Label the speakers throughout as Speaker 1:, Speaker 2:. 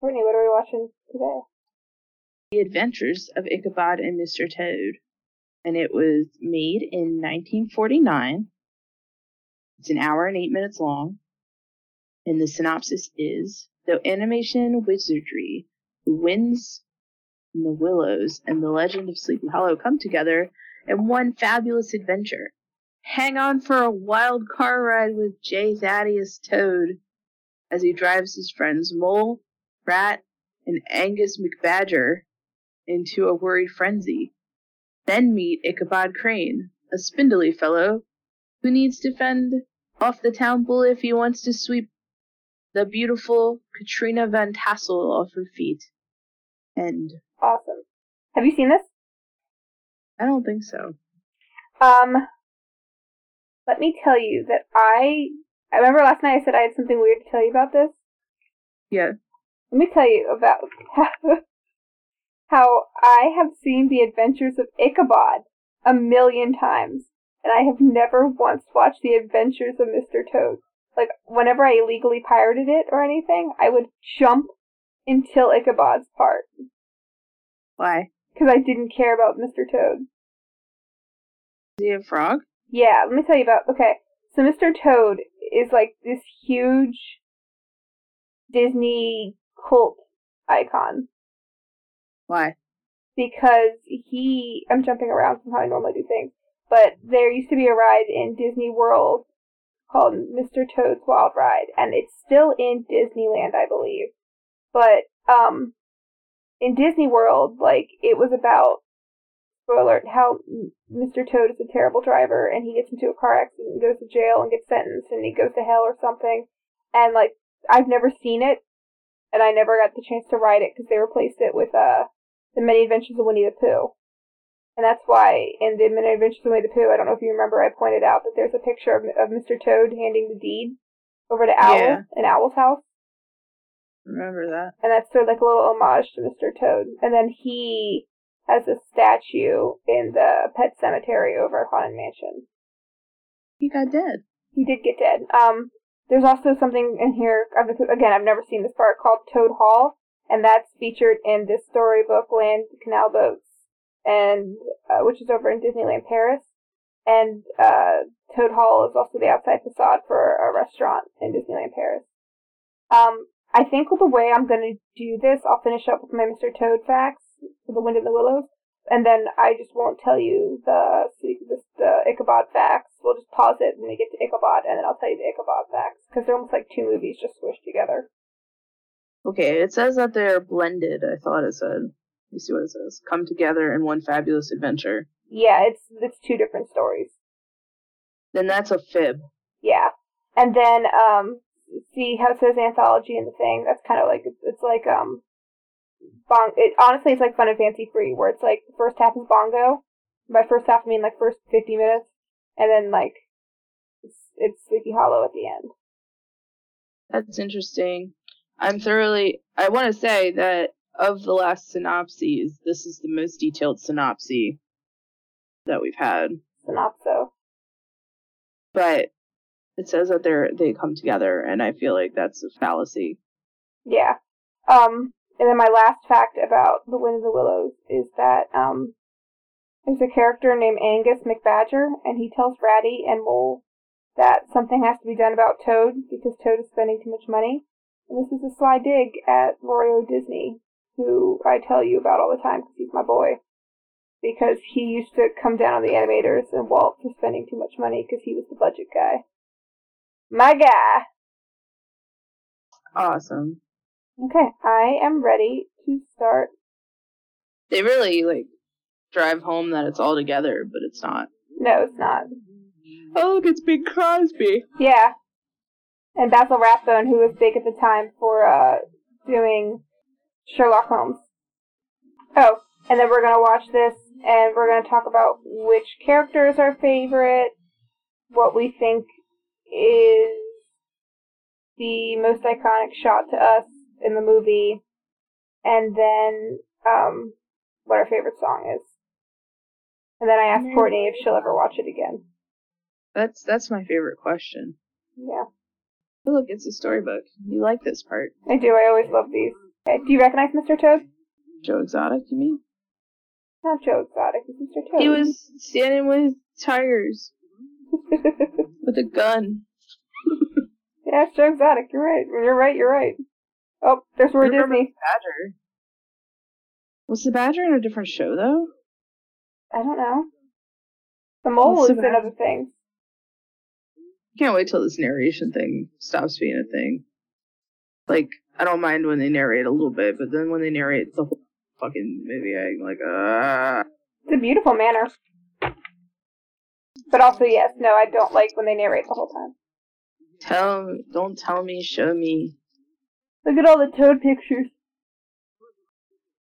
Speaker 1: Brittany, what are we watching today?
Speaker 2: The Adventures of Ichabod and Mr. Toad. And it was made in 1949. It's an hour and eight minutes long. And the synopsis is Though animation wizardry, the winds and the willows, and the legend of Sleepy Hollow come together in one fabulous adventure. Hang on for a wild car ride with Jay Thaddeus Toad as he drives his friends Mole, Rat, and Angus McBadger into a worried frenzy. Then meet Ichabod Crane, a spindly fellow who needs to fend off the town bull if he wants to sweep the beautiful Katrina Van Tassel off her feet. End.
Speaker 1: Awesome. Have you seen this?
Speaker 2: I don't think so.
Speaker 1: Um, let me tell you that I I remember last night I said I had something weird to tell you about this.
Speaker 2: Yeah.
Speaker 1: Let me tell you about how, how I have seen The Adventures of Ichabod a million times, and I have never once watched The Adventures of Mr. Toad. Like whenever I illegally pirated it or anything, I would jump until Ichabod's part
Speaker 2: Why?
Speaker 1: because I didn't care about Mr. Toad.
Speaker 2: Is he a frog?
Speaker 1: Yeah, let me tell you about. Okay, so Mr. Toad is like this huge Disney cult icon
Speaker 2: Why?
Speaker 1: because he. I'm jumping around from how I normally do things, but there used to be a ride in Disney World called Mr. Toad's Wild Ride, and it's still in Disneyland, I believe. But um, in Disney World, like it was about spoiler alert, how m- Mr. Toad is a terrible driver and he gets into a car accident and goes to jail and gets sentenced and he goes to hell or something. And like I've never seen it, and I never got the chance to ride it because they replaced it with uh the Many Adventures of Winnie the Pooh. And that's why in the Many Adventures of Winnie the Pooh, I don't know if you remember, I pointed out that there's a picture of, of Mr. Toad handing the deed over to Owl
Speaker 2: Yeah.
Speaker 1: in Owl's house
Speaker 2: Remember that?
Speaker 1: and that's sort of like a little homage to Mr. Toad. And then he has a statue in the pet cemetery over at Haunted Mansion.
Speaker 2: He got dead.
Speaker 1: He did get dead. Um, there's also something in here. I've- Again, I've never seen this part called Toad Hall, and that's featured in this storybook Land Canal Boats, and uh, which is over in Disneyland Paris. And uh, Toad Hall is also the outside facade for a restaurant in Disneyland Paris. Um, I think the way I'm gonna do this, I'll finish up with my Mr. Toad facts for the Wind in the Willows, and then I just won't tell you the the, the Ichabod facts. We'll just pause it when we get to Ichabod, and then I'll tell you the Ichabod facts because they're almost like two movies just squished together.
Speaker 2: Okay, it says that they're blended, I thought it said. You see what it says. Come together in one fabulous adventure.
Speaker 1: Yeah, it's it's two different stories.
Speaker 2: Then that's a fib.
Speaker 1: Yeah, and then um, see how it says anthology in the thing. That's kind of like it's, it's like um, bong. It honestly, it's like Fun and Fancy Free, where it's like the first half is bongo. By first half, I mean like first fifty minutes, and then like it's, it's Sleepy Hollow at the end.
Speaker 2: That's interesting. I'm thoroughly. I want to say that of the last synopses, this is the most detailed synopsis that we've had.
Speaker 1: Synopso.
Speaker 2: But it says that they're they come together, and I feel like that's a fallacy.
Speaker 1: Yeah. Um, and then my last fact about the Wind in the Willows is that um, there's a character named Angus McBadger, and he tells Ratty and Mole that something has to be done about Toad because Toad is spending too much money. And this is a sly dig at Rorio Disney, who I tell you about all the time because he's my boy. Because he used to come down on the animators and Walt for spending too much money because he was the budget guy. My guy!
Speaker 2: Awesome.
Speaker 1: Okay, I am ready to start.
Speaker 2: They really like drive home that it's all together, but it's not.
Speaker 1: No, it's not.
Speaker 2: Oh, look, it's Big Crosby.
Speaker 1: Yeah. And Basil Rathbone, who was big at the time for uh, doing Sherlock Holmes. Oh, and then we're gonna watch this, and we're gonna talk about which character is our favorite, what we think is the most iconic shot to us in the movie, and then um, what our favorite song is. And then I asked Courtney if she'll ever watch it again.
Speaker 2: That's that's my favorite question.
Speaker 1: Yeah,
Speaker 2: Oh, look, it's a storybook. You like this part?
Speaker 1: I do. I always love these. Okay, do you recognize Mr. Toad?
Speaker 2: Joe Exotic, you mean?
Speaker 1: Not Joe Exotic, it's Mr. Toad.
Speaker 2: He was standing with tigers with a gun.
Speaker 1: yeah, it's Joe Exotic. You're right. You're right. You're right. Oh, there's Roy
Speaker 2: Remember
Speaker 1: Disney.
Speaker 2: the Badger. Was the Badger in a different show though?
Speaker 1: I don't know. The mole
Speaker 2: Let's
Speaker 1: is
Speaker 2: see
Speaker 1: in
Speaker 2: what
Speaker 1: other things.
Speaker 2: Can't wait till this narration thing stops being a thing. Like, I don't mind when they narrate a little bit, but then when they narrate the whole fucking movie, I'm like, ah.
Speaker 1: It's a beautiful manner. But also, yes, no, I don't like when they narrate the whole time.
Speaker 2: Tell, don't tell me, show me.
Speaker 1: Look at all the toad pictures.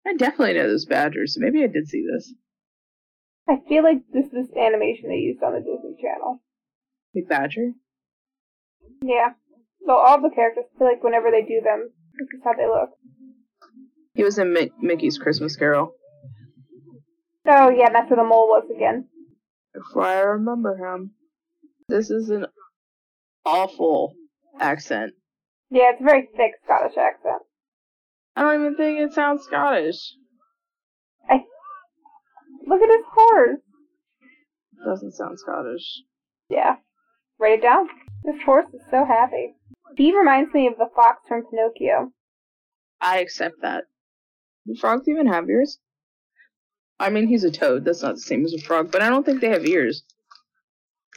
Speaker 2: I definitely know this Badger, so maybe I did see this.
Speaker 1: I feel like this is animation they used on the Disney Channel.
Speaker 2: The Badger?
Speaker 1: Yeah. So all the characters, I feel like whenever they do them, this is how they look.
Speaker 2: He was in Mick- Mickey's Christmas Carol.
Speaker 1: Oh, yeah, and that's where the mole was again.
Speaker 2: Before I remember him. This is an awful accent.
Speaker 1: Yeah, it's a very thick Scottish accent.
Speaker 2: I don't even think it sounds Scottish.
Speaker 1: Look at his horse.
Speaker 2: Doesn't sound Scottish.
Speaker 1: Yeah. Write it down. This horse is so happy. He reminds me of the fox from Pinocchio.
Speaker 2: I accept that. Do frogs even have ears? I mean, he's a toad. That's not the same as a frog, but I don't think they have ears.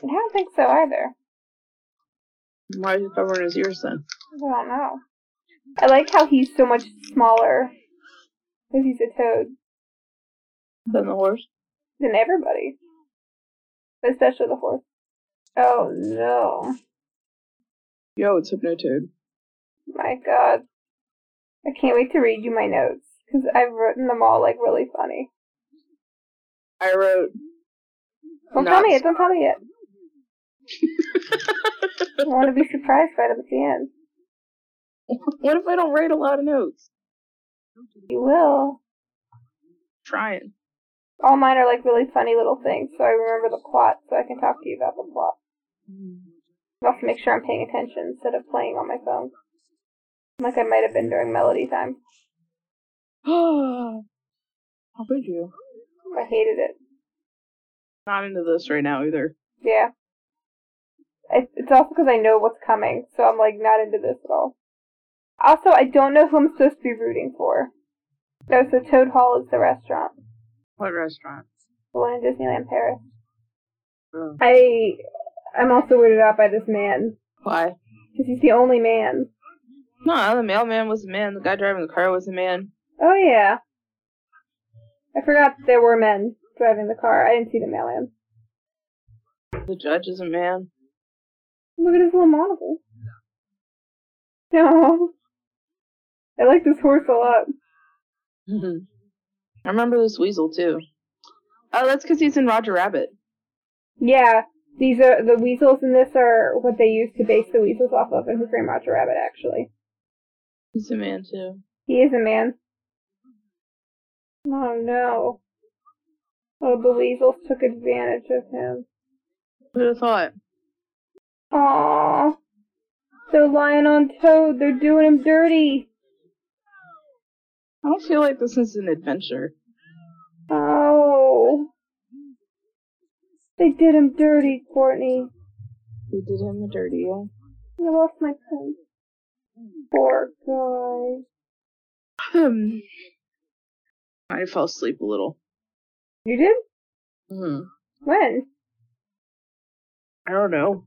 Speaker 1: And I don't think so either.
Speaker 2: Why is he covering his ears then?
Speaker 1: I don't know. I like how he's so much smaller because he's a toad
Speaker 2: Than the horse?
Speaker 1: than everybody, but especially the horse. Oh no,
Speaker 2: Yo, it's Hypnotoad.
Speaker 1: my god! I can't wait to read you my notes because I've written them all like really funny.
Speaker 2: I wrote.
Speaker 1: Don't
Speaker 2: not
Speaker 1: tell me it. Don't tell me it. I want to be surprised by them at the end.
Speaker 2: What if I don't write a lot of notes?
Speaker 1: You will.
Speaker 2: Trying.
Speaker 1: All mine are like really funny little things, so I remember the plot, so I can talk to you about the plot. I also make sure I'm paying attention instead of playing on my phone. Like I might have been during melody time.
Speaker 2: How could you?
Speaker 1: I hated it.
Speaker 2: Not into this right now either.
Speaker 1: Yeah. It- It's also because I know what's coming, so I'm like not into this at all. Also, I don't know who I'm supposed to be rooting for. No, so Toad Hall is the restaurant,
Speaker 2: What restaurant?
Speaker 1: the one in Disneyland Paris.
Speaker 2: Oh.
Speaker 1: I, I'm also weirded out by this man
Speaker 2: Why?
Speaker 1: because he's the only man.
Speaker 2: No, the mailman was a man. The guy driving the car was a man.
Speaker 1: Oh yeah. I forgot there were men driving the car. I didn't see the mailman.
Speaker 2: The judge is a man.
Speaker 1: Look at his little monocle. No. I like this horse a lot. Mm-hmm.
Speaker 2: I remember this weasel too. Oh, that's because he's in Roger Rabbit.
Speaker 1: Yeah, these are the weasels in this are what they use to base the weasels off of in Who Framed Roger Rabbit. Actually,
Speaker 2: He's a man too.
Speaker 1: he is a man. Oh no! Oh, the weasels took advantage of him.
Speaker 2: Who'd have thought?
Speaker 1: Aww. They're lying on Toad. They're doing him dirty.
Speaker 2: I don't feel like this is an adventure.
Speaker 1: Oh. They did him dirty, Courtney.
Speaker 2: We did him a dirty. yeah.
Speaker 1: I lost my pen. Poor guy.
Speaker 2: Hmm. I fell asleep a little.
Speaker 1: You did?
Speaker 2: Hmm.
Speaker 1: When?
Speaker 2: I don't know.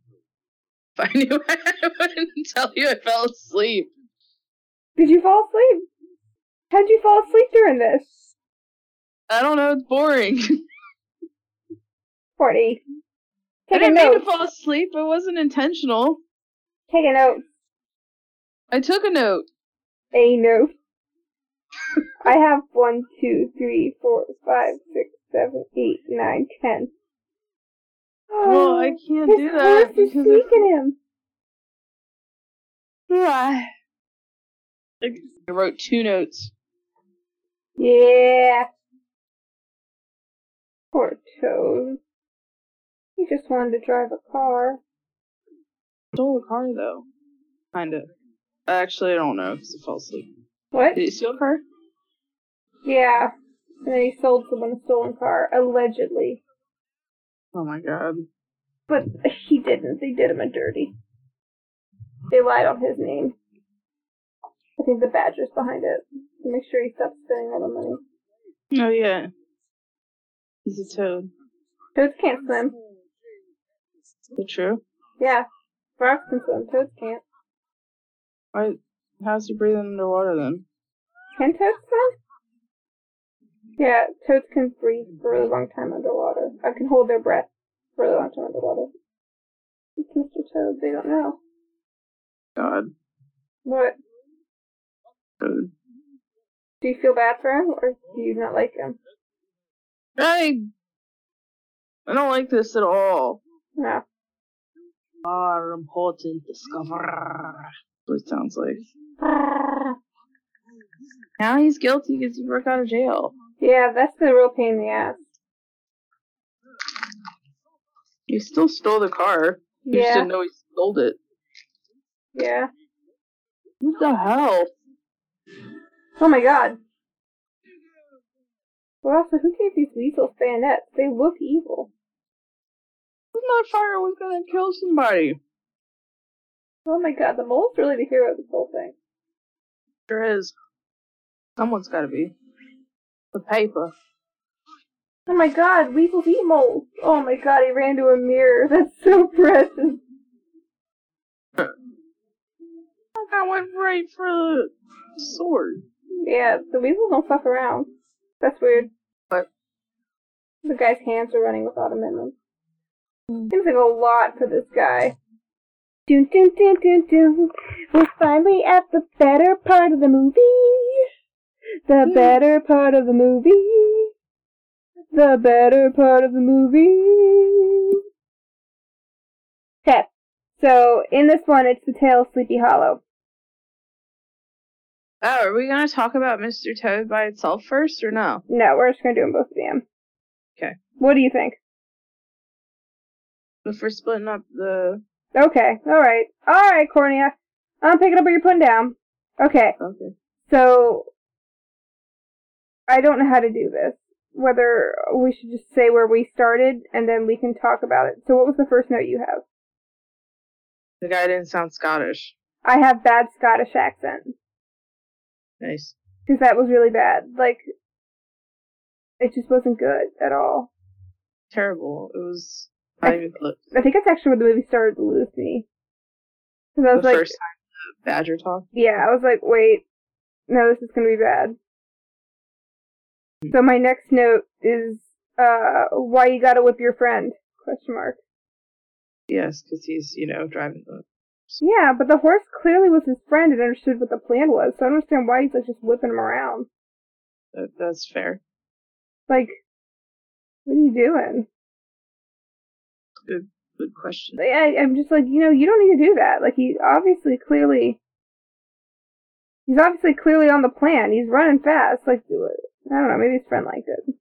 Speaker 2: If I knew, I wouldn't tell you I fell asleep.
Speaker 1: Did you fall asleep? How'd you fall asleep during this?
Speaker 2: I don't know. It's boring.
Speaker 1: Courtney.
Speaker 2: I
Speaker 1: Take a
Speaker 2: didn't mean to
Speaker 1: note.
Speaker 2: fall asleep. It wasn't intentional.
Speaker 1: Take a note.
Speaker 2: I took a note.
Speaker 1: A note. I have one, two, three, four, five, six, seven, eight, nine, ten. Ah,
Speaker 2: Well, I can't
Speaker 1: His
Speaker 2: do that
Speaker 1: horse is
Speaker 2: because it
Speaker 1: sneaking him.
Speaker 2: I wrote two notes.
Speaker 1: Yeah. Poor Toad. He just wanted to drive a car.
Speaker 2: Stole a car though. Kinda. Actually, I don't know because I fell asleep.
Speaker 1: What?
Speaker 2: Did it steal a car?
Speaker 1: Yeah. And then he sold someone a stolen car, allegedly.
Speaker 2: Oh my god.
Speaker 1: But he didn't. They did him a dirty. They lied on his name. I think the badger's behind it. To make sure he stops spending all the money.
Speaker 2: Oh yeah. He's a toad.
Speaker 1: Toads can't swim.
Speaker 2: Is it true?
Speaker 1: Yeah. Frogs can swim. Toads can't.
Speaker 2: Why? How's he breathing underwater then?
Speaker 1: Can toads swim? Yeah, toads can breathe for a really long time underwater. I can hold their breath for a really long time underwater. It's Mr. Toad. They don't know.
Speaker 2: God,
Speaker 1: What?
Speaker 2: toad.
Speaker 1: Do you feel bad for him, or do you not like him?
Speaker 2: I. I don't like this at all.
Speaker 1: No.
Speaker 2: Our important discovery. What it sounds like. Now he's guilty because he broke out of jail.
Speaker 1: Yeah, that's the real pain in the ass.
Speaker 2: He still stole the car. He just
Speaker 1: Yeah,
Speaker 2: didn't know he stole it.
Speaker 1: yeah.
Speaker 2: What the hell?
Speaker 1: Oh my god. Well, also, who gave these weasels bayonets? They look evil.
Speaker 2: Who's not fire was gonna kill somebody?
Speaker 1: Oh my god, the mole's really the hero of this whole thing.
Speaker 2: Sure is. Someone's gotta be. The paper.
Speaker 1: Oh my god, weasels eat moles! Oh my god, he ran to a mirror. That's so precious.
Speaker 2: I went right for the sword.
Speaker 1: Yeah, the weasels don't fuck around. That's weird.
Speaker 2: What?
Speaker 1: The guy's hands are running without a minimum.
Speaker 2: Hmm.
Speaker 1: Seems like a lot for this guy. Dun dun dun dun dun. We're finally at the better part of the movie. The
Speaker 2: Hmm.
Speaker 1: better part of the movie. The better part of the movie. Okay. So in this one, it's the tale of Sleepy Hollow.
Speaker 2: Oh, are we gonna talk about Mr. Toad by itself first or no?
Speaker 1: No, we're just gonna do them both of them.
Speaker 2: Okay.
Speaker 1: What do you think?
Speaker 2: If we're splitting up the
Speaker 1: Okay, alright. Alright, Cornea. I'm picking up what you're putting down. Okay,
Speaker 2: okay.
Speaker 1: so. I don't know how to do this. Whether we should just say where we started and then we can talk about it. So, what was the first note you have?
Speaker 2: The guy didn't sound Scottish.
Speaker 1: I have bad Scottish accent.
Speaker 2: Nice.
Speaker 1: Because that was really bad. Like, it just wasn't good at all.
Speaker 2: Terrible. It was not even close.
Speaker 1: I think that's actually where the movie started to lose me. Because I
Speaker 2: The
Speaker 1: was like,
Speaker 2: first time the badger talk.
Speaker 1: yeah, I was like, wait, no, this is gonna be bad. So my next note is, uh, why you gotta whip your friend? Question mark.
Speaker 2: Yes, because he's, you know, driving the
Speaker 1: Yeah, but the horse clearly was his friend and understood what the plan was, so I don't understand why he's like just whipping him around.
Speaker 2: that, that's fair.
Speaker 1: Like, what are you doing?
Speaker 2: Good question.
Speaker 1: Like, I, I'm just like, you know, you don't need to do that. Like, he obviously, clearly, he's obviously clearly on the plan. He's running fast. Like, I don't know, maybe his friend liked it.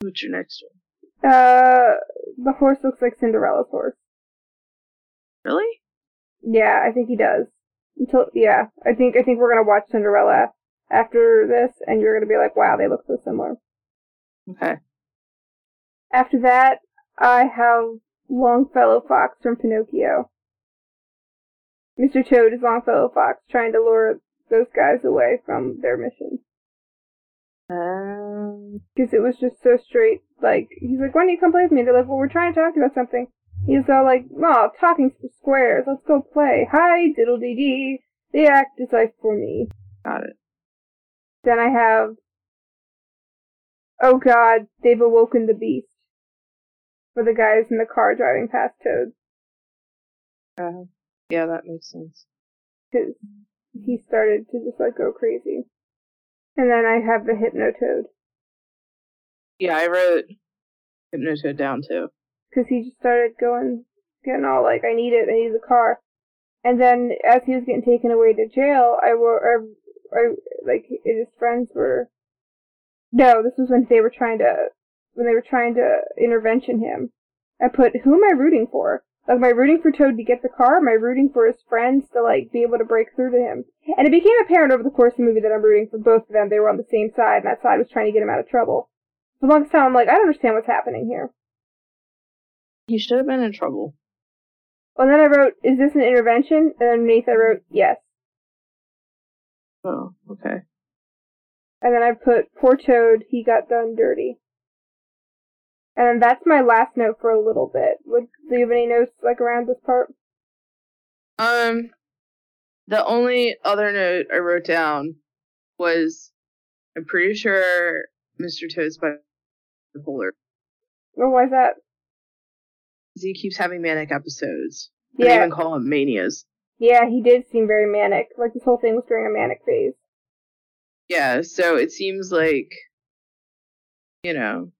Speaker 2: What's your next one?
Speaker 1: Uh, the horse looks like Cinderella's horse.
Speaker 2: Really?
Speaker 1: Yeah, I think he does. Until yeah, I think I think we're gonna watch Cinderella after this, and you're gonna be like, wow, they look so similar.
Speaker 2: Okay.
Speaker 1: After that, I have Longfellow Fox from Pinocchio. Mr. Toad is Longfellow Fox trying to lure those guys away from their mission
Speaker 2: Um,
Speaker 1: because it was just so straight. Like he's like, why don't you come play with me? They're like, well, we're trying to talk to you about something. He's all like, oh, talking squares. Let's go play. Hi, diddle dee dee. The act is like for me.
Speaker 2: got it.
Speaker 1: Then I have, oh god, they've awoken the beast. For the guys in the car driving past Toad,
Speaker 2: Uh, yeah, that makes sense.
Speaker 1: because he started to just like go crazy. And then I have the Hypno Toad,
Speaker 2: Yeah, I wrote Hypnotoad down too.
Speaker 1: because he just started going, getting all like, I need it, I need the car. And then as he was getting taken away to jail, I were, I, I like his friends were. No, this was when they were trying to, when they were trying to intervention him. I put, who am I rooting for? Like, am I rooting for Toad to get the car? Am I rooting for his friends to like be able to break through to him? And it became apparent over the course of the movie that I'm rooting for both of them. They were on the same side, and that side was trying to get him out of trouble. For the longest time, I'm like, I don't understand what's happening here.
Speaker 2: He should have been in trouble.
Speaker 1: And then I wrote, "Is this an intervention?" And underneath, I wrote, "Yes."
Speaker 2: Oh, okay.
Speaker 1: And then I put, "Poor Toad, he got done dirty." And that's my last note for a little bit. Would do you have any notes like around this part?
Speaker 2: Um, the only other note I wrote down was I'm pretty sure Mr. Toad's bipolar
Speaker 1: Or why is that?
Speaker 2: 'cause he keeps having manic episodes. Yeah. They
Speaker 1: Yeah,
Speaker 2: even call them manias.
Speaker 1: yeah, he did seem very manic. Like this whole thing was during a manic phase.
Speaker 2: Yeah, so it seems like, you know,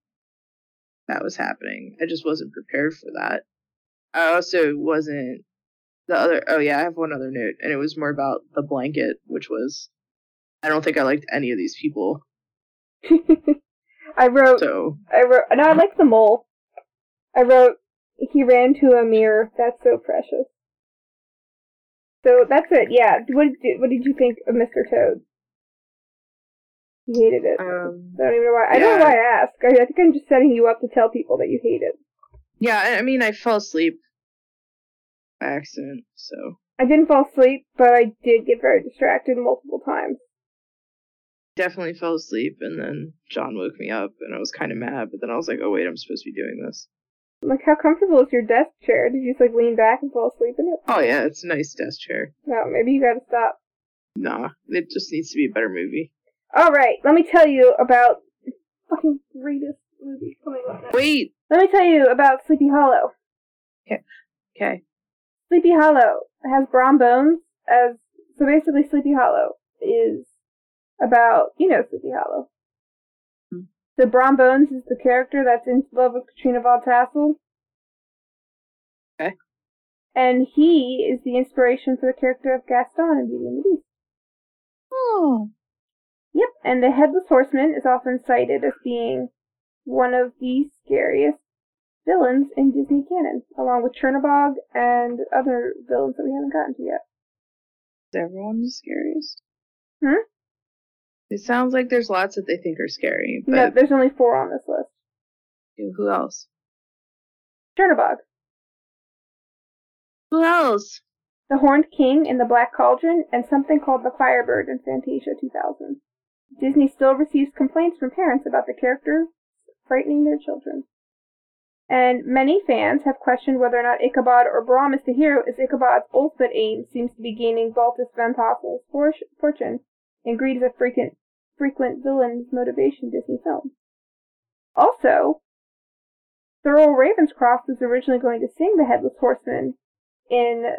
Speaker 2: that was happening. I just wasn't prepared for that. I also wasn't the other. Oh, yeah, I have one other note, and it was more about the blanket, which was I don't think I liked any of these people.
Speaker 1: I wrote,
Speaker 2: So,
Speaker 1: I wrote, no, I like the mole. I wrote, he ran to a mirror. That's so precious. So that's it. Yeah. What did you, what did you think of Mr. Toad? You hated it.
Speaker 2: um,
Speaker 1: I don't even know why. I don't know
Speaker 2: yeah.
Speaker 1: why I ask. I, I think I'm just setting you up to tell people that you hate it.
Speaker 2: yeah, I- I mean, I fell asleep by accident, so
Speaker 1: I didn't fall asleep, but I did get very distracted multiple times.
Speaker 2: definitely fell asleep, and then John woke me up, and I was kind of mad, but then I was like, oh, wait, I'm supposed to be doing this.
Speaker 1: I'm like, how comfortable is your desk chair? Did you just like lean back and fall asleep in it?
Speaker 2: Oh, yeah, it's a nice desk chair.
Speaker 1: No, maybe you gotta stop.
Speaker 2: Nah, it just needs to be a better movie.
Speaker 1: All right, let me tell you about fucking greatest movie coming up. next.
Speaker 2: Wait.
Speaker 1: Let me tell you about Sleepy Hollow.
Speaker 2: Okay.
Speaker 1: Sleepy Hollow has Brom Bones as so basically Sleepy Hollow is about you know Sleepy Hollow.
Speaker 2: Hmm.
Speaker 1: So Brom Bones is the character that's in love with Katrina Von Tassel.
Speaker 2: Okay.
Speaker 1: And he is the inspiration for the character of Gaston in Beauty and the Beast.
Speaker 2: Oh.
Speaker 1: Yep, and the headless horseman is often cited as being one of the scariest villains in Disney canon, along with Chernabog and other villains that we haven't gotten to yet.
Speaker 2: Is everyone the scariest?
Speaker 1: Hmm?
Speaker 2: It sounds like there's lots that they think are scary, but
Speaker 1: no, there's only four on this list.
Speaker 2: who else?
Speaker 1: Chernabog,
Speaker 2: Who else?
Speaker 1: the Horned King in the Black Cauldron, and something called the Firebird in Fantasia 2000. Disney still receives complaints from parents about the character frightening their children. And many fans have questioned whether or not Ichabod or Brahm is the hero, as Ichabod's ultimate aim seems to be gaining Baltus Van Tassel's for- fortune, and greed is a frequent, frequent villain's motivation in Disney films. Also, Thurl Ravenscroft was originally going to sing the Headless Horseman in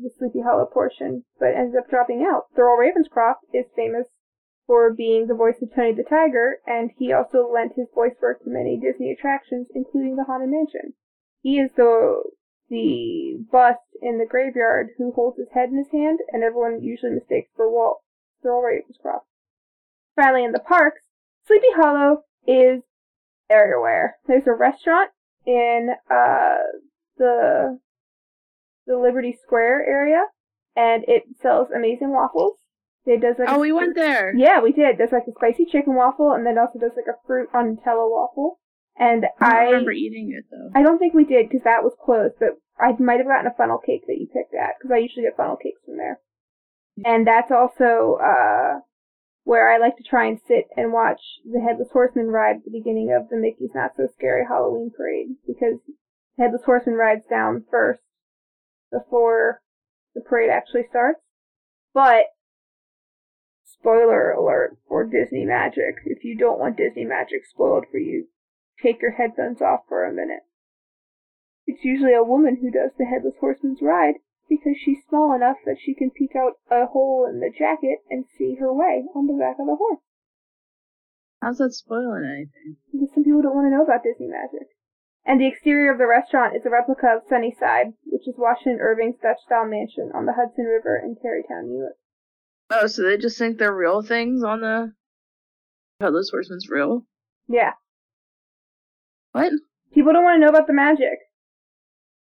Speaker 1: the Sleepy Hollow portion, but ends up dropping out. Thurl Ravenscroft is famous for being the voice of Tony the Tiger, and he also lent his voice work to many Disney attractions, including the Haunted Mansion. He is the the bust in the graveyard who holds his head in his hand, and everyone usually mistakes for Walt Thurl Ravenscroft. Finally, in the parks, Sleepy Hollow is everywhere. There's a restaurant in uh, the the Liberty Square area, and it sells amazing waffles. It does like a
Speaker 2: Oh, we went there.
Speaker 1: yeah, we did. There's like a spicy chicken waffle, and then also there's like a fruit on Nutella waffle. And
Speaker 2: Oh, I don't
Speaker 1: I,
Speaker 2: remember eating it though.
Speaker 1: I don't think we did because that was closed, but I might have gotten a funnel cake that you picked at because I usually get funnel cakes from there. And that's also uh, where I like to try and sit and watch the Headless Horseman ride at the beginning of the Mickey's Not So Scary Halloween Parade because the Headless Horseman rides down first before the parade actually starts. But spoiler alert for Disney Magic. If you don't want Disney Magic spoiled for you, take your headphones off for a minute. It's usually a woman who does the Headless Horseman's ride because she's small enough that she can peek out a hole in the jacket and see her way on the back of the horse.
Speaker 2: How's that spoiling anything?
Speaker 1: Because some people don't want to know about Disney Magic. And the exterior of the restaurant is a replica of Sunnyside, which is Washington Irving's Dutch style mansion on the Hudson River in Tarrytown, New York.
Speaker 2: Oh, so they just think they're real things on the Headless Horseman's real?
Speaker 1: Yeah.
Speaker 2: What?
Speaker 1: People don't want to know about the magic.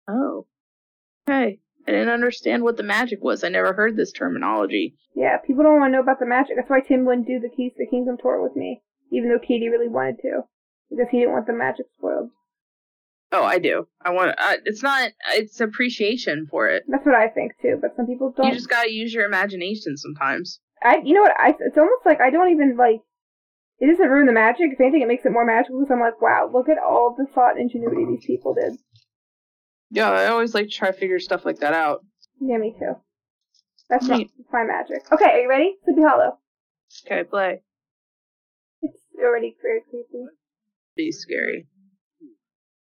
Speaker 2: Oh. Okay. I didn't understand what the magic was. I never heard this terminology.
Speaker 1: Yeah, people don't want to know about the magic. That's why Tim wouldn't do the Keys to the Kingdom tour with me, even though Katie really wanted to, because he didn't want the magic spoiled.
Speaker 2: Oh, I do. I want. I, it's not. It's appreciation for it.
Speaker 1: That's what I think too. But some people don't.
Speaker 2: You just gotta use your imagination sometimes.
Speaker 1: I, you know what? I, it's almost like I don't even like. It doesn't ruin the magic. If anything, it makes it more magical. Because I'm like, wow, look at all the thought and ingenuity these people did.
Speaker 2: Yeah, I always like to try to figure stuff like that out.
Speaker 1: Yeah, me too. That's my, my magic. Okay, are you ready? Sleepy Hollow.
Speaker 2: Okay, play.
Speaker 1: It's already very creepy.
Speaker 2: Be scary.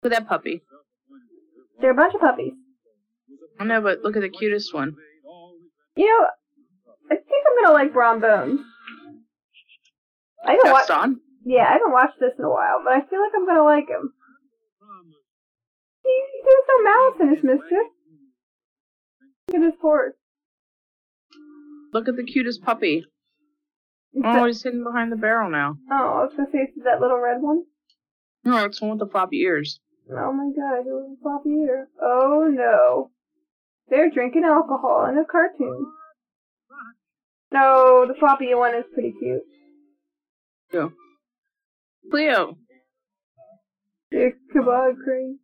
Speaker 2: Look at that puppy.
Speaker 1: There are a bunch of puppies.
Speaker 2: I know, but look at the cutest one.
Speaker 1: You know, I think I'm gonna like Brom Bones. I haven't
Speaker 2: That's
Speaker 1: watched.
Speaker 2: on.
Speaker 1: Yeah, I haven't watched this in a while, but I feel like I'm gonna like him. He, there's no malice in his mischief. Look at his horse.
Speaker 2: Look at the cutest puppy. Oh, he's hidden behind the barrel now.
Speaker 1: oh, I was gonna say it's that little red one.
Speaker 2: No, it's the one with the floppy ears.
Speaker 1: Oh my god, I hear a floppy ear. Oh no. They're drinking alcohol in a cartoon. No, the floppy one is pretty cute.
Speaker 2: Cleo.
Speaker 1: Ichabod Crane.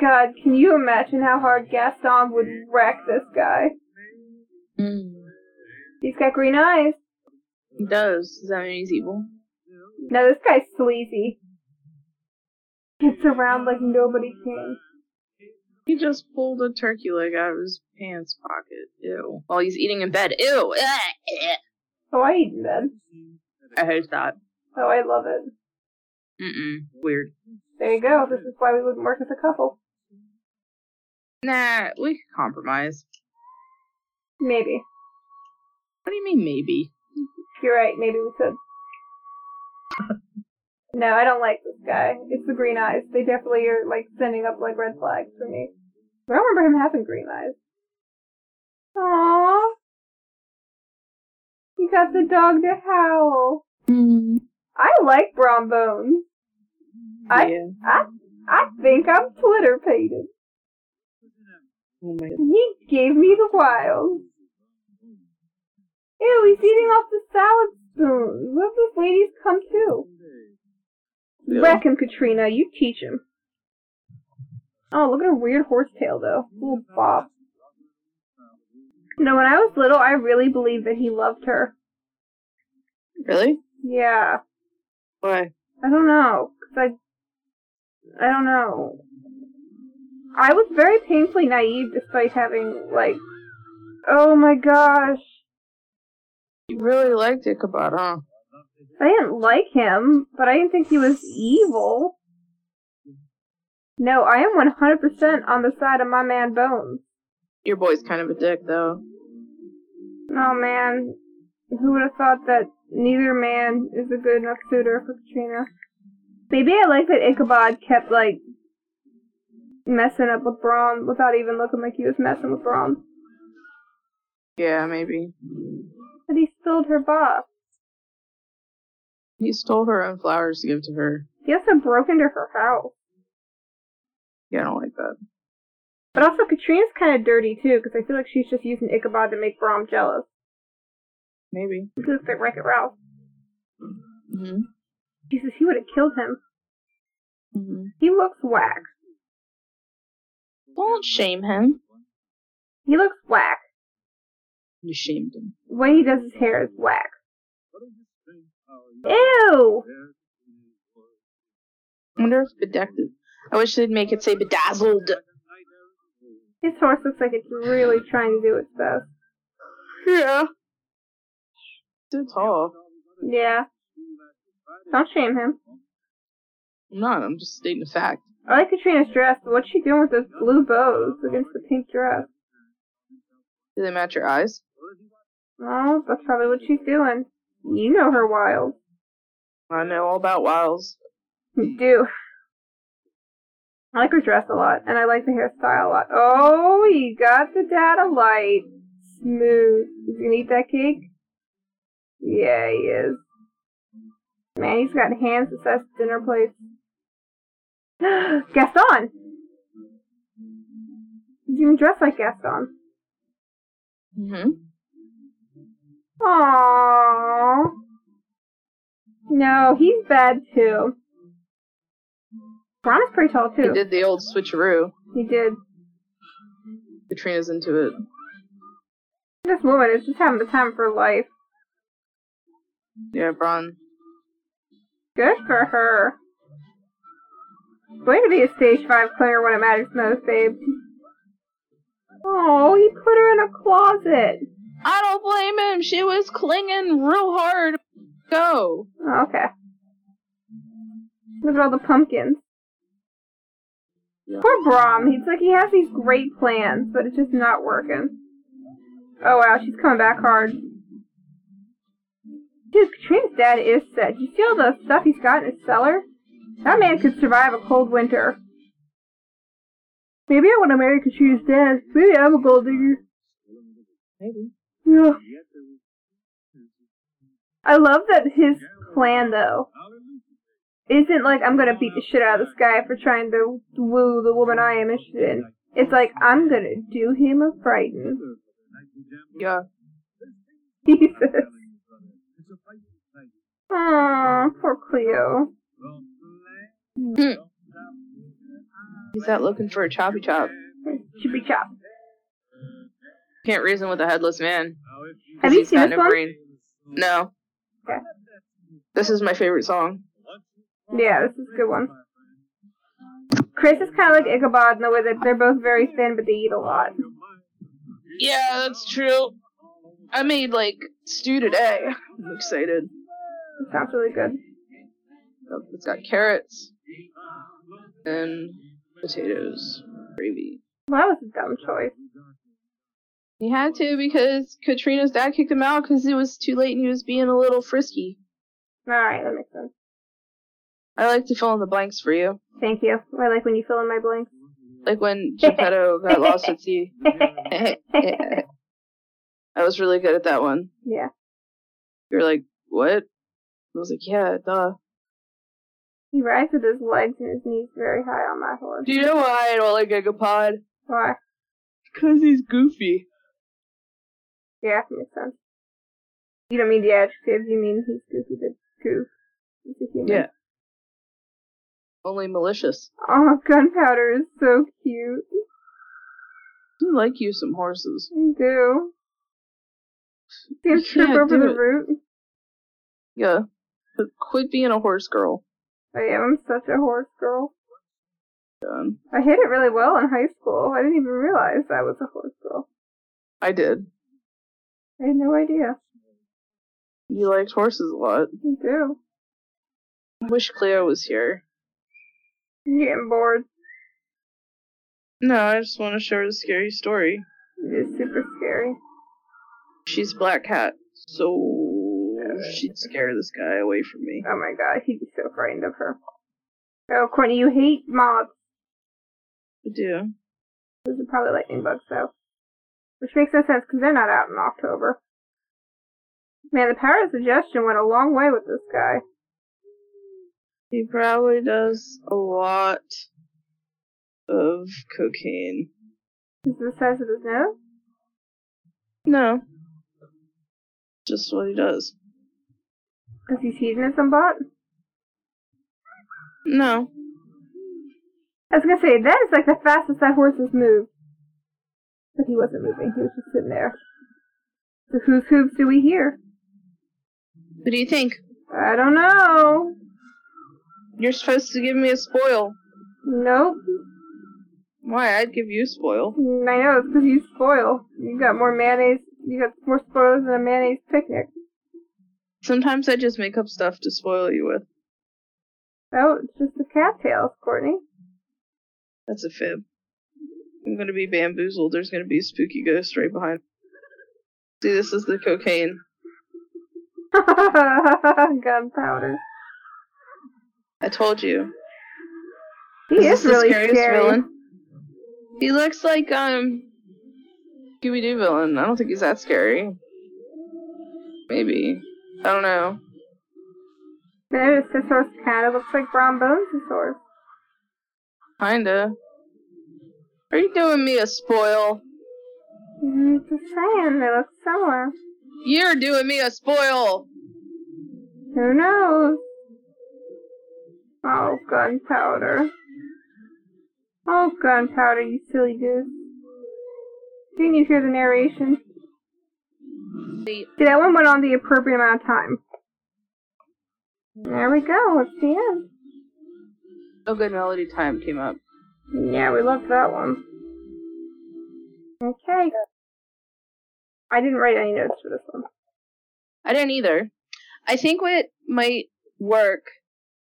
Speaker 1: God, can you imagine how hard Gaston would wreck this guy?
Speaker 2: Mm.
Speaker 1: He's got green eyes.
Speaker 2: He does. Does that mean he's evil?
Speaker 1: Now this guy's sleazy. Gets around like nobody can.
Speaker 2: He just pulled a turkey leg out of his pants pocket. Ew. While he's eating in bed. Ew. Ah, eh.
Speaker 1: Oh, I eat in bed.
Speaker 2: I hate that.
Speaker 1: Oh, I love it.
Speaker 2: Mm-mm. Weird.
Speaker 1: There you go. This is why we wouldn't work as a couple.
Speaker 2: Nah, we could compromise.
Speaker 1: Maybe.
Speaker 2: What do you mean maybe?
Speaker 1: You're right. Maybe we could. No, I don't like this guy. It's the green eyes. They definitely are like sending up like red flags for me. I don't remember him having green eyes. Aww. You got the dog to howl. I like Brom Bones. I-
Speaker 2: Yeah.
Speaker 1: I think I'm Twitter pated.
Speaker 2: Oh my
Speaker 1: He gave me the wild. Ew, he's eating off the salad spoon. What if this lady's come too?
Speaker 2: Ew.
Speaker 1: Wreck him, Katrina. You teach him. Oh, look at her weird horse tail, though. Little bob. You know, when I was little, I really believed that he loved her.
Speaker 2: Really?
Speaker 1: Yeah.
Speaker 2: Why?
Speaker 1: I don't know. 'cause I, I don't know. I was very painfully naive despite having, like, oh my gosh.
Speaker 2: You really liked Ichabod, huh?
Speaker 1: I didn't like him, but I didn't think he was evil. No, I am 100% on the side of my man Bones.
Speaker 2: Your boy's kind of a dick, though.
Speaker 1: Oh man, who would have thought that neither man is a good enough suitor for Katrina? Maybe I like that Ichabod kept like messing up with Braun without even looking like he was messing with Braun.
Speaker 2: Yeah, maybe.
Speaker 1: But he spilled her box.
Speaker 2: He stole her own flowers to give to her.
Speaker 1: He also broke into her house.
Speaker 2: Yeah, I don't like that.
Speaker 1: But also, Katrina's kind of dirty too, because I feel like she's just using Ichabod to make Brom jealous.
Speaker 2: Maybe.
Speaker 1: This is like Wreck It Ralph.
Speaker 2: hmm
Speaker 1: Jesus, he would have killed him.
Speaker 2: hmm
Speaker 1: He looks whack.
Speaker 2: Don't shame him.
Speaker 1: He looks whack.
Speaker 2: You shamed him.
Speaker 1: The way he does his hair is whack. Ew!
Speaker 2: I wonder if bedecked. I wish they'd make it say bedazzled.
Speaker 1: His horse looks like it's really trying to do its best.
Speaker 2: Yeah. Too tall.
Speaker 1: Yeah. Don't shame him.
Speaker 2: I'm not. I'm just stating a fact.
Speaker 1: I like Katrina's dress, but what's she doing with those blue bows against the pink dress?
Speaker 2: Do they match your eyes?
Speaker 1: Oh, that's probably what she's doing. You know her wild.
Speaker 2: I know all about wiles.
Speaker 1: You do. I like her dress a lot, and I like the hairstyle a lot. Oh, you got the data light. Smooth. Is he gonna eat that cake? Yeah, he is. Man, he's got hands that size dinner plates. Gaston! He's even dressed like Gaston.
Speaker 2: Mm-hmm.
Speaker 1: Aww. No, he's bad too. Ron is pretty tall
Speaker 2: He
Speaker 1: too.
Speaker 2: did the old switcheroo.
Speaker 1: He did.
Speaker 2: Katrina's into it.
Speaker 1: This woman is just having the time of her life.
Speaker 2: Yeah, Bron.
Speaker 1: Good for her. Way to be a stage five player when it matters most, babe. Oh, he put her in a closet.
Speaker 2: I don't blame him. She was clinging real hard. Go.
Speaker 1: Oh, okay. Look at all the pumpkins.
Speaker 2: Yeah.
Speaker 1: Poor Brom. He's like he has these great plans, but it's just not working. Oh wow, she's coming back hard. Dude, Katrina's dad is set. You see all the stuff he's got in his cellar? That man could survive a cold winter. Maybe I want to marry Katrina's dad. Maybe I'm a gold digger.
Speaker 2: Maybe.
Speaker 1: Yeah. I love that his plan though isn't like I'm gonna beat the shit out of this guy for trying to woo the woman I am interested in. It's like I'm gonna do him a frighten.
Speaker 2: Yeah.
Speaker 1: Jesus. Aww, poor Cleo.
Speaker 2: He's out looking for a choppy chop.
Speaker 1: Chippy chop.
Speaker 2: Can't reason with a headless man.
Speaker 1: Have you
Speaker 2: He's
Speaker 1: seen
Speaker 2: got
Speaker 1: this
Speaker 2: no
Speaker 1: one?
Speaker 2: brain. No.
Speaker 1: Okay.
Speaker 2: This is my favorite song.
Speaker 1: Yeah, this is a good one. Chris is kind of like Ichabod in the way that they're both very thin, but they eat a lot.
Speaker 2: Yeah, that's true. I made like stew today. I'm excited.
Speaker 1: It sounds really good.
Speaker 2: Oh, It's got carrots and potatoes, gravy.
Speaker 1: Well, that was a dumb choice.
Speaker 2: He had to because Katrina's dad kicked him out because it was too late and he was being a little frisky.
Speaker 1: All right, that makes sense.
Speaker 2: I like to fill in the blanks for you,
Speaker 1: Thank you. I like when you fill in my blanks.
Speaker 2: like when Geppetto got lost at sea. I was really good at that one.
Speaker 1: yeah,
Speaker 2: You're like, what? I was like, yeah, duh.
Speaker 1: he rides with his legs and his knees very high on my horse.
Speaker 2: Do you know why I don't like Gigapod?
Speaker 1: Why?
Speaker 2: Because he's goofy.
Speaker 1: Yeah, that makes sense. You don't mean the adjective, you mean he's goofy the goof. He's a human.
Speaker 2: Yeah. Only malicious.
Speaker 1: Oh, gunpowder is so cute.
Speaker 2: You like you some horses.
Speaker 1: You do. See him
Speaker 2: You
Speaker 1: trip
Speaker 2: can't
Speaker 1: over
Speaker 2: do
Speaker 1: the
Speaker 2: it.
Speaker 1: root.
Speaker 2: Yeah. But quit being a horse girl.
Speaker 1: I am such a horse girl.
Speaker 2: Um,
Speaker 1: I hit it really well in high school. I didn't even realize I was a horse girl.
Speaker 2: I did.
Speaker 1: I had no idea.
Speaker 2: You liked horses a lot.
Speaker 1: You do.
Speaker 2: Wish Cleo was here.
Speaker 1: I'm getting bored.
Speaker 2: No, I just want to share the scary story.
Speaker 1: It is super scary.
Speaker 2: She's Black Cat, so she'd scare this guy away from me.
Speaker 1: Oh my god, he'd be so frightened of her. Oh, Courtney, you hate mobs.
Speaker 2: I do.
Speaker 1: Those are probably lightning bugs, though. Which makes no sense because they're not out in October. Man, the power of suggestion went a long way with this guy.
Speaker 2: He probably does a lot of cocaine.
Speaker 1: Is it the size of his nose?
Speaker 2: No. Just what he does.
Speaker 1: Because he's hedonism bot?
Speaker 2: No.
Speaker 1: I was gonna say, that is like the fastest that horse has moved. But he wasn't moving, he was just sitting there. So whose hooves do we hear?
Speaker 2: What do you think?
Speaker 1: I don't know.
Speaker 2: You're supposed to give me a spoil.
Speaker 1: Nope.
Speaker 2: Why? I'd give you a spoil.
Speaker 1: Mm, I know, it's because you spoil. You got more mayonnaise, you got more spoils than a mayonnaise picnic.
Speaker 2: Sometimes I just make up stuff to spoil you with.
Speaker 1: Oh, it's just the cattails, Courtney.
Speaker 2: That's a fib. I'm gonna be bamboozled. There's gonna be a spooky ghost right behind. See, this is the cocaine.
Speaker 1: Gunpowder.
Speaker 2: I told you.
Speaker 1: He
Speaker 2: This
Speaker 1: is really
Speaker 2: the scariest
Speaker 1: scary.
Speaker 2: villain. He looks like um Scooby Doo villain. I don't think he's that scary. Maybe. I don't know.
Speaker 1: Maybe this horse kind of looks like Brom Bones' horse.
Speaker 2: Kinda. Are you doing me a spoil?
Speaker 1: Mm, Just saying, they look similar.
Speaker 2: You're doing me a spoil!
Speaker 1: Who knows? Oh, gunpowder. Oh, gunpowder, you silly goose. Didn't you hear the narration? See, that one went on the appropriate amount of time. There we go, it's the end.
Speaker 2: Oh, good melody time came up.
Speaker 1: Yeah, we loved that one. Okay. I didn't write any notes for this one.
Speaker 2: I didn't either. I think what might work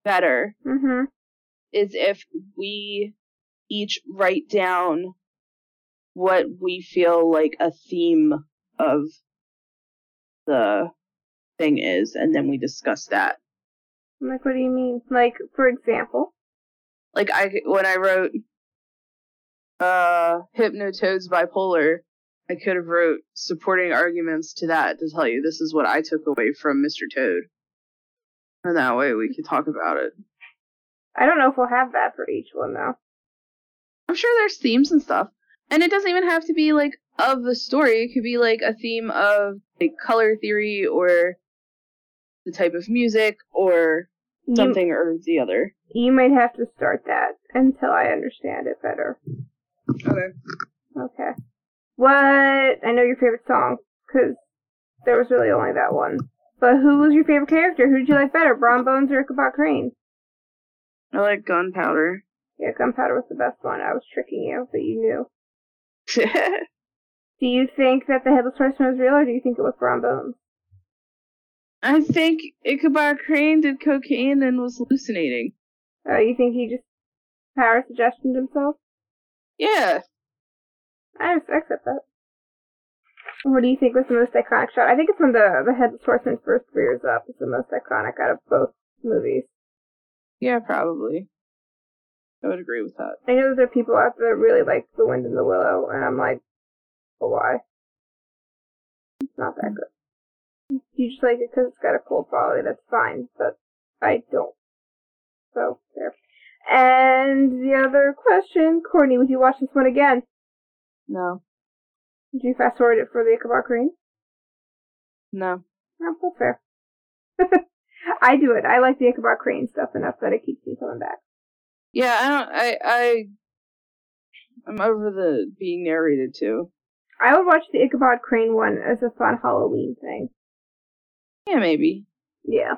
Speaker 2: better
Speaker 1: Mm-hmm.
Speaker 2: is if we each write down what we feel like a theme of the thing is, and then we discuss that.
Speaker 1: Like, what do you mean? Like, for example.
Speaker 2: Like I, when I wrote uh hypnotodes bipolar, I could have wrote supporting arguments to that to tell you this is what I took away from Mr. Toad, and that way we could talk about it.
Speaker 1: I don't know if we'll have that for each one, though.
Speaker 2: I'm sure there's themes and stuff. And it doesn't even have to be like of the story. It could be like a theme of like color theory or the type of music or
Speaker 1: You-
Speaker 2: something or the other.
Speaker 1: You might have to start that until I understand it better.
Speaker 2: Okay.
Speaker 1: Okay. What? I know your favorite song, because there was really only that one. But who was your favorite character? Who did you like better, Brom Bones or Ichabod Crane?
Speaker 2: I like gunpowder.
Speaker 1: Yeah, Gunpowder was the best one. I was tricking you, but you knew. Do you think that the Headless Horseman was real, or do you think it was Brom Bones?
Speaker 2: I think Ichabod Crane did cocaine and was hallucinating.
Speaker 1: Uh, you think he just power suggestioned himself?
Speaker 2: Yeah.
Speaker 1: I just accept that. What do you think was the most iconic shot? I think it's when the the Headless Horseman first rears up. It's the most iconic out of both movies.
Speaker 2: Yeah, probably. I would agree with that.
Speaker 1: I know that there are people out there that really like The Wind in the Willow, and I'm like, but why? It's not that good. You just like it because it's got a cool quality, that's fine, but I don't. So, there. And the other question, Courtney, would you watch this one again?
Speaker 2: No.
Speaker 1: Would you fast forward it for the Ichabod Crane?
Speaker 2: No.
Speaker 1: No, Oh, that's fair. I do it. I like the Ichabod Crane stuff enough that it keeps me coming back.
Speaker 2: Yeah, I don't I I I'm over the being narrated to.
Speaker 1: I would watch the Ichabod Crane one as a fun Halloween thing.
Speaker 2: Yeah, maybe.
Speaker 1: Yeah.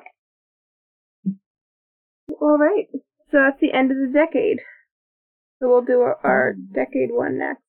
Speaker 1: All right. So that's the end of the decade. So we'll do our- our decade one next.